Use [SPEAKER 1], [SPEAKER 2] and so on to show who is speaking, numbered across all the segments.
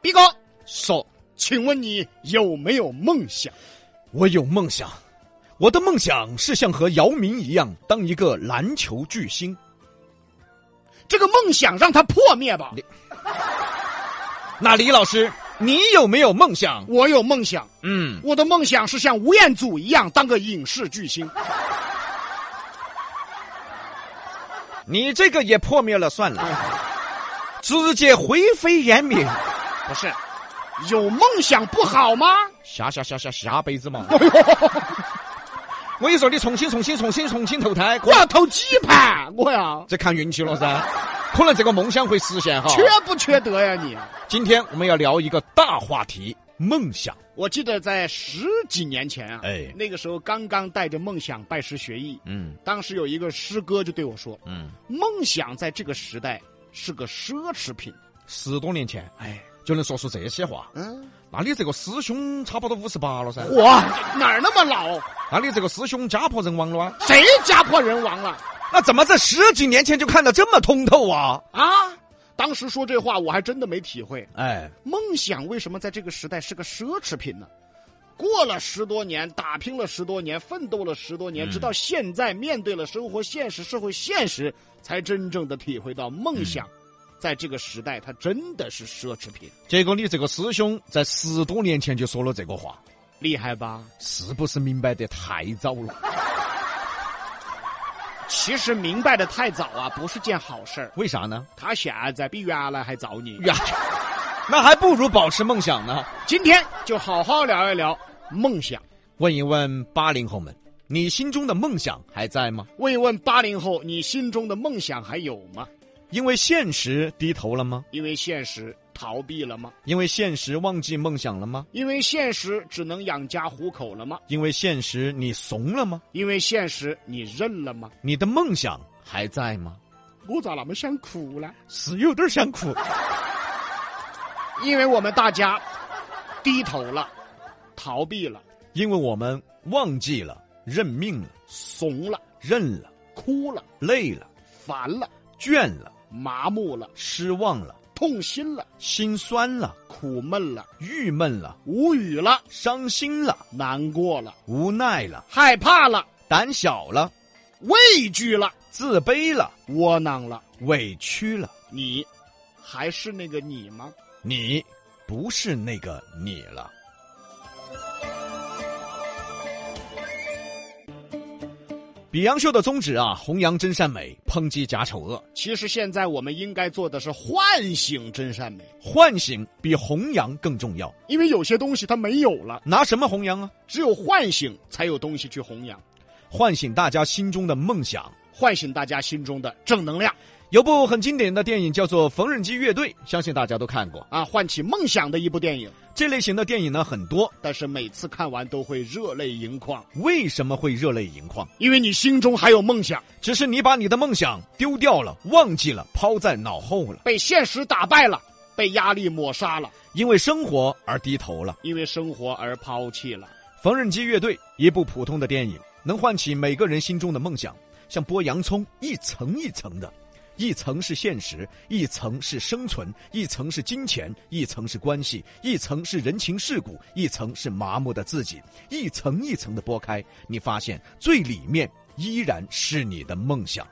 [SPEAKER 1] 逼哥，说，请问你有没有梦想？
[SPEAKER 2] 我有梦想，我的梦想是像和姚明一样当一个篮球巨星。
[SPEAKER 1] 这个梦想让它破灭吧。
[SPEAKER 2] 那李老师，你有没有梦想？
[SPEAKER 1] 我有梦想，
[SPEAKER 2] 嗯，
[SPEAKER 1] 我的梦想是像吴彦祖一样当个影视巨星。
[SPEAKER 2] 你这个也破灭了算了，直接灰飞烟灭。
[SPEAKER 1] 不是，有梦想不好吗？
[SPEAKER 2] 下下下下下辈子嘛！我跟你说，你重新重新重新重新投胎，
[SPEAKER 1] 我要哦投鸡排，我呀，
[SPEAKER 2] 这看运气了噻，可能这个梦想会实现哈。
[SPEAKER 1] 缺不缺德呀你？
[SPEAKER 2] 今天我们要聊一个大话题——梦想。
[SPEAKER 1] 我记得在十几年前啊，
[SPEAKER 2] 哎
[SPEAKER 1] 那个时候刚刚带着梦想拜师学艺，
[SPEAKER 2] 嗯
[SPEAKER 1] 当时有一个师哥就对我说
[SPEAKER 2] 嗯，：“
[SPEAKER 1] 梦想在这个时代是个奢侈品。
[SPEAKER 2] 十多年前”
[SPEAKER 1] 哎，
[SPEAKER 2] 就能说出这些话，
[SPEAKER 1] 嗯，
[SPEAKER 2] 那你这个师兄差不多五十八了噻，
[SPEAKER 1] 哇，哪儿那么老？
[SPEAKER 2] 那你这个师兄家破人亡了啊？
[SPEAKER 1] 谁家破人亡了
[SPEAKER 2] 那怎么在十几年前就看得这么通透啊？
[SPEAKER 1] 啊？当时说这话，我还真的没体会。
[SPEAKER 2] 哎，
[SPEAKER 1] 梦想为什么在这个时代是个奢侈品呢？过了十多年，打拼了十多年，奋斗了十多年，直到现在面对了生活现实、社会现实，才真正的体会到梦想，在这个时代它真的是奢侈品，
[SPEAKER 2] 结果你这个师兄在十多年前就说了这个话，
[SPEAKER 1] 厉害吧？
[SPEAKER 2] 是不是明白的太早了？
[SPEAKER 1] 其实明白的太早啊，不是件好事儿。
[SPEAKER 2] 为啥呢？
[SPEAKER 1] 他现在比原来还早你。
[SPEAKER 2] 呀，那还不如保持梦想呢。
[SPEAKER 1] 今天就好好聊一聊梦想，
[SPEAKER 2] 问一问八零后们，你心中的梦想还在吗？
[SPEAKER 1] 问一问八零后，你心中的梦想还有吗？
[SPEAKER 2] 因为现实低头了吗？
[SPEAKER 1] 因为现实逃避了吗？
[SPEAKER 2] 因为现实忘记梦想了吗？
[SPEAKER 1] 因为现实只能养家糊口了吗？
[SPEAKER 2] 因为现实你怂了吗？
[SPEAKER 1] 因为现实你认了吗？
[SPEAKER 2] 你的梦想还在吗？
[SPEAKER 1] 我咋那么想哭呢？
[SPEAKER 2] 是有点想哭。
[SPEAKER 1] 因为我们大家低头了，逃避了，
[SPEAKER 2] 因为我们忘记了、认命了、
[SPEAKER 1] 怂了，
[SPEAKER 2] 认了、
[SPEAKER 1] 哭了，
[SPEAKER 2] 累了、
[SPEAKER 1] 烦了，
[SPEAKER 2] 倦了、
[SPEAKER 1] 麻木了，
[SPEAKER 2] 失望了、
[SPEAKER 1] 痛心了，
[SPEAKER 2] 心酸了、
[SPEAKER 1] 苦闷了，
[SPEAKER 2] 郁闷了、
[SPEAKER 1] 无语了，
[SPEAKER 2] 伤心了、
[SPEAKER 1] 难过了，
[SPEAKER 2] 无奈了、
[SPEAKER 1] 害怕了，
[SPEAKER 2] 胆小了、
[SPEAKER 1] 畏惧了，
[SPEAKER 2] 自卑了、
[SPEAKER 1] 窝囊了。
[SPEAKER 2] 委屈了。
[SPEAKER 1] 你还是那个你吗？
[SPEAKER 2] 你不是那个你了。比洋秀的宗旨啊，弘扬真善美，抨击假丑恶，
[SPEAKER 1] 其实现在我们应该做的是唤醒真善美，
[SPEAKER 2] 唤醒比弘扬更重要。
[SPEAKER 1] 因为有些东西它没有了。
[SPEAKER 2] 拿什么弘扬啊？
[SPEAKER 1] 只有唤醒，才有东西去弘扬，
[SPEAKER 2] 唤醒大家心中的梦想。
[SPEAKER 1] 唤醒大家心中的正能量
[SPEAKER 2] 有部很经典的电影叫做《缝纫机乐队》，相信大家都看过。
[SPEAKER 1] 啊，唤起梦想的一部电影。
[SPEAKER 2] 这类型的电影呢很多，
[SPEAKER 1] 但是每次看完都会热泪盈眶，
[SPEAKER 2] 为什么会热泪盈眶？
[SPEAKER 1] 因为你心中还有梦想，
[SPEAKER 2] 只是你把你的梦想丢掉了、忘记了、抛在脑后了，
[SPEAKER 1] 被现实打败了，被压力抹杀了，
[SPEAKER 2] 因为生活而低头了。
[SPEAKER 1] 因为生活而抛弃了。
[SPEAKER 2] 《缝纫机乐队》一部普通的电影，能唤起每个人心中的梦想，像剥洋葱，一层一层的，一层是现实，一层是生存，一层是金钱，一层是关系，一层是人情世故，一层是麻木的自己，一层一层的剥开，你发现最里面依然是你的梦想。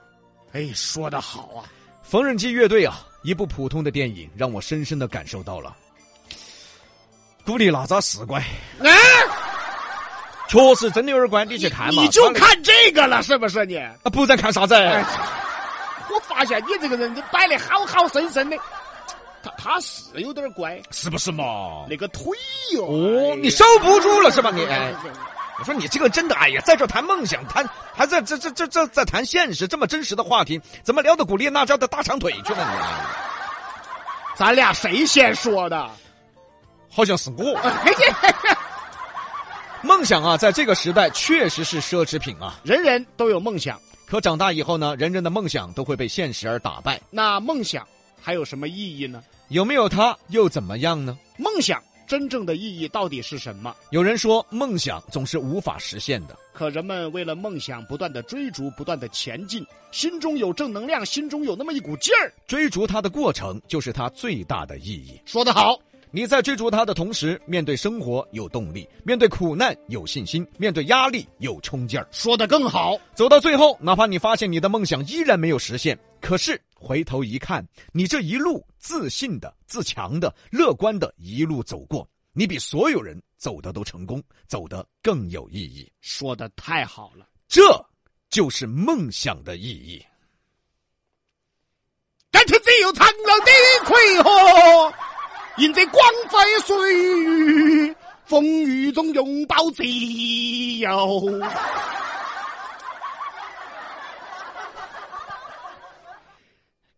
[SPEAKER 1] 哎，说得好啊！
[SPEAKER 2] 缝纫机乐队啊，一部普通的电影，让我深深的感受到了，古力娜扎是乖，
[SPEAKER 1] 哎，
[SPEAKER 2] 确实真的有点乖，你去看嘛，
[SPEAKER 1] 你就
[SPEAKER 2] 他那个
[SPEAKER 1] 看这个了，是不是你？
[SPEAKER 2] 啊，不然看啥子？
[SPEAKER 1] 哎，我发现你这个人，你摆的好好生生的，他他是有点乖，
[SPEAKER 2] 是不是嘛？
[SPEAKER 1] 那个腿哟、哎
[SPEAKER 2] 哦
[SPEAKER 1] 呀，
[SPEAKER 2] 你收不住了是吧？你， 哎，
[SPEAKER 1] 对对
[SPEAKER 2] 我说你这个真的，哎呀，在这谈梦想，谈还在这这这这在谈现实，这么真实的话题，怎么聊到古力娜扎的大长腿去了？你，哎
[SPEAKER 1] 咱俩谁先说的？
[SPEAKER 2] 好像是我。
[SPEAKER 1] 哎呀，
[SPEAKER 2] 梦想啊，在这个时代确实是奢侈品啊。
[SPEAKER 1] 人人都有梦想，
[SPEAKER 2] 可长大以后呢，人人的梦想都会被现实而打败。
[SPEAKER 1] 那梦想还有什么意义呢？
[SPEAKER 2] 有没有它又怎么样呢？
[SPEAKER 1] 梦想真正的意义到底是什么？
[SPEAKER 2] 有人说梦想总是无法实现的，
[SPEAKER 1] 可人们为了梦想不断的追逐，不断的前进，心中有正能量，心中有那么一股劲儿。
[SPEAKER 2] 追逐它的过程就是它最大的意义。
[SPEAKER 1] 说得好，
[SPEAKER 2] 你在追逐它的同时，面对生活有动力，面对苦难有信心，面对压力有冲劲儿。
[SPEAKER 1] 说的更好，
[SPEAKER 2] 走到最后，哪怕你发现你的梦想依然没有实现，可是回头一看，你这一路自信的、自强的、乐观的，一路走过，你比所有人走的都成功，走得更有意义。
[SPEAKER 1] 说的太好了。
[SPEAKER 2] 这就是梦想的意义。
[SPEAKER 1] 但是只有苍老的葵河，迎着光辉岁月，风雨中拥抱自由。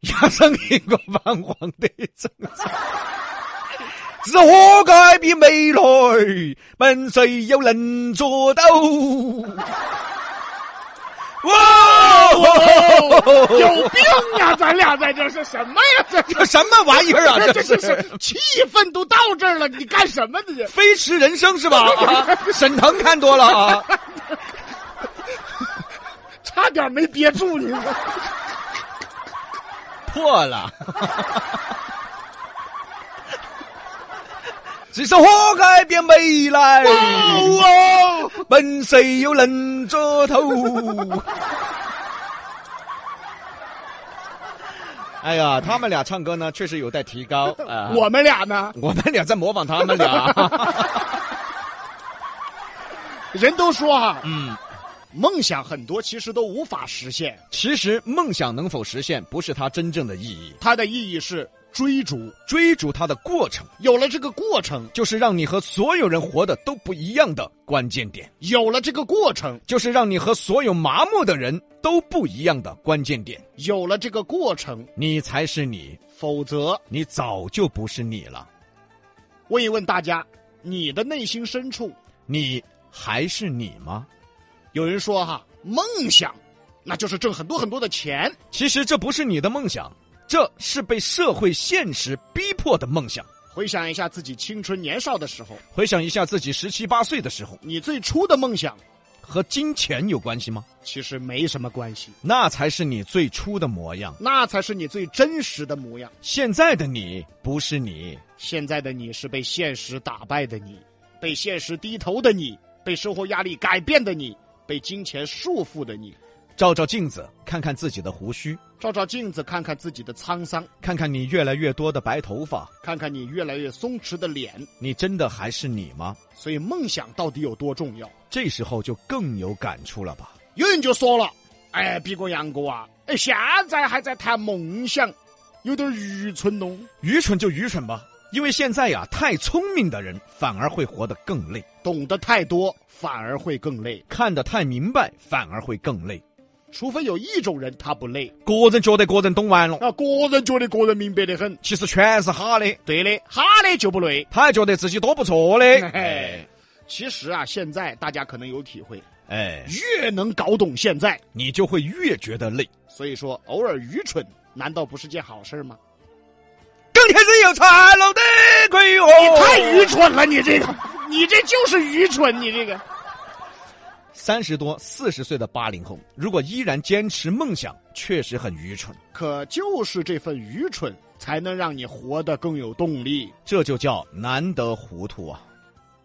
[SPEAKER 2] 压上一个泛黄的征程，是何解变未来？问谁又能做到？哇！
[SPEAKER 1] 有病啊！咱俩在这是什么呀？这
[SPEAKER 2] 这什么玩意儿啊？
[SPEAKER 1] 这
[SPEAKER 2] 这
[SPEAKER 1] 这这是气氛都到这儿了，你干什么呢？这
[SPEAKER 2] 飞驰人生是吧？啊 沈腾看多了啊！
[SPEAKER 1] 差点没憋住你。
[SPEAKER 2] 破了。 只是活该变未来，
[SPEAKER 1] 哦，
[SPEAKER 2] 问谁又能做头？ 哎呀，他们俩唱歌呢，确实有待提 高啊。
[SPEAKER 1] 我们俩呢？
[SPEAKER 2] 我们俩在模仿他们 俩，
[SPEAKER 1] 人都说啊，
[SPEAKER 2] 嗯，
[SPEAKER 1] 梦想很多其实都无法实现，
[SPEAKER 2] 其实梦想能否实现，不是它真正的意义，
[SPEAKER 1] 它的意义是追逐。
[SPEAKER 2] 追逐它的过程，
[SPEAKER 1] 有了这个过程，
[SPEAKER 2] 就是让你和所有人活的都不一样的关键点。
[SPEAKER 1] 有了这个过程，
[SPEAKER 2] 就是让你和所有麻木的人都不一样的关键点。
[SPEAKER 1] 有了这个过程，
[SPEAKER 2] 你才是你，
[SPEAKER 1] 否则，
[SPEAKER 2] 你早就不是你了，
[SPEAKER 1] 问一问大家，你的内心深处，
[SPEAKER 2] 你还是你吗？
[SPEAKER 1] 有人说哈，梦想，那就是挣很多很多的钱。
[SPEAKER 2] 其实这不是你的梦想，这是被社会现实逼迫的梦想。
[SPEAKER 1] 回想一下自己青春年少的时候，
[SPEAKER 2] 回想一下自己十七八岁的时候，
[SPEAKER 1] 你最初的梦想
[SPEAKER 2] 和金钱有关系吗？
[SPEAKER 1] 其实没什么关系，
[SPEAKER 2] 那才是你最初的模样。
[SPEAKER 1] 那才是你最真实的模样。
[SPEAKER 2] 现在的你不是你，
[SPEAKER 1] 现在的你是被现实打败的你，被现实低头的你，被生活压力改变的你，被金钱束缚的你。
[SPEAKER 2] 照照镜子，看看自己的胡须，
[SPEAKER 1] 照照镜子，看看自己的沧桑，
[SPEAKER 2] 看看你越来越多的白头发，
[SPEAKER 1] 看看你越来越松弛的脸。
[SPEAKER 2] 你真的还是你吗？
[SPEAKER 1] 所以，梦想到底有多重要？
[SPEAKER 2] 这时候就更有感触了吧？
[SPEAKER 1] 有人就说了：“哎，毕哥、杨哥啊，哎，现在还在谈梦想，有点愚蠢哦。
[SPEAKER 2] 愚蠢就愚蠢吧，因为现在呀、太聪明的人反而会活得更累，
[SPEAKER 1] 懂得太多反而会更累，
[SPEAKER 2] 看得太明白反而会更累。
[SPEAKER 1] 除非有一种人他不累，
[SPEAKER 2] 个人觉得个人懂完了，
[SPEAKER 1] 那个人觉得个人明白得很。
[SPEAKER 2] 其实全是哈的，
[SPEAKER 1] 对的，哈的就不累。
[SPEAKER 2] 他还觉得自己多不错的。
[SPEAKER 1] 哎，其实啊，现在大家可能有体会，
[SPEAKER 2] 哎，
[SPEAKER 1] 越能搞懂现在，
[SPEAKER 2] 你就会越觉得累。
[SPEAKER 1] 所以说偶尔愚蠢，难道不是件好事吗？
[SPEAKER 2] 钢铁是有才能的鬼哦，
[SPEAKER 1] 你太愚蠢了，你这个，你这就是愚蠢，你这个。
[SPEAKER 2] 三十多、四十岁的八零后，如果依然坚持梦想，确实很愚蠢。
[SPEAKER 1] 可就是这份愚蠢，才能让你活得更有动力。
[SPEAKER 2] 这就叫难得糊涂啊！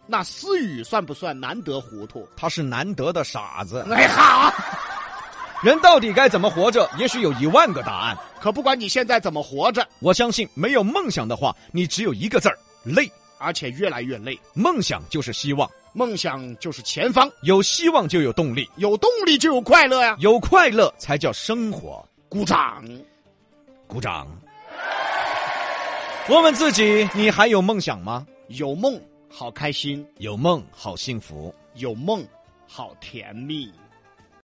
[SPEAKER 1] 那思雨算不算难得糊涂？
[SPEAKER 2] 他是难得的傻子。
[SPEAKER 1] 哎好，
[SPEAKER 2] 人到底该怎么活着？也许有一万个答案。
[SPEAKER 1] 可不管你现在怎么活着，
[SPEAKER 2] 我相信，没有梦想的话，你只有一个字儿累。
[SPEAKER 1] 而且越来越累。
[SPEAKER 2] 梦想就是希望，
[SPEAKER 1] 梦想就是前方，
[SPEAKER 2] 有希望就有动力，
[SPEAKER 1] 有动力就有快乐呀、
[SPEAKER 2] 有快乐才叫生活。
[SPEAKER 1] 鼓掌。
[SPEAKER 2] 鼓掌。问问自己，你还有梦想吗？
[SPEAKER 1] 有梦好开心，
[SPEAKER 2] 有梦好幸福。
[SPEAKER 1] 有梦好甜蜜。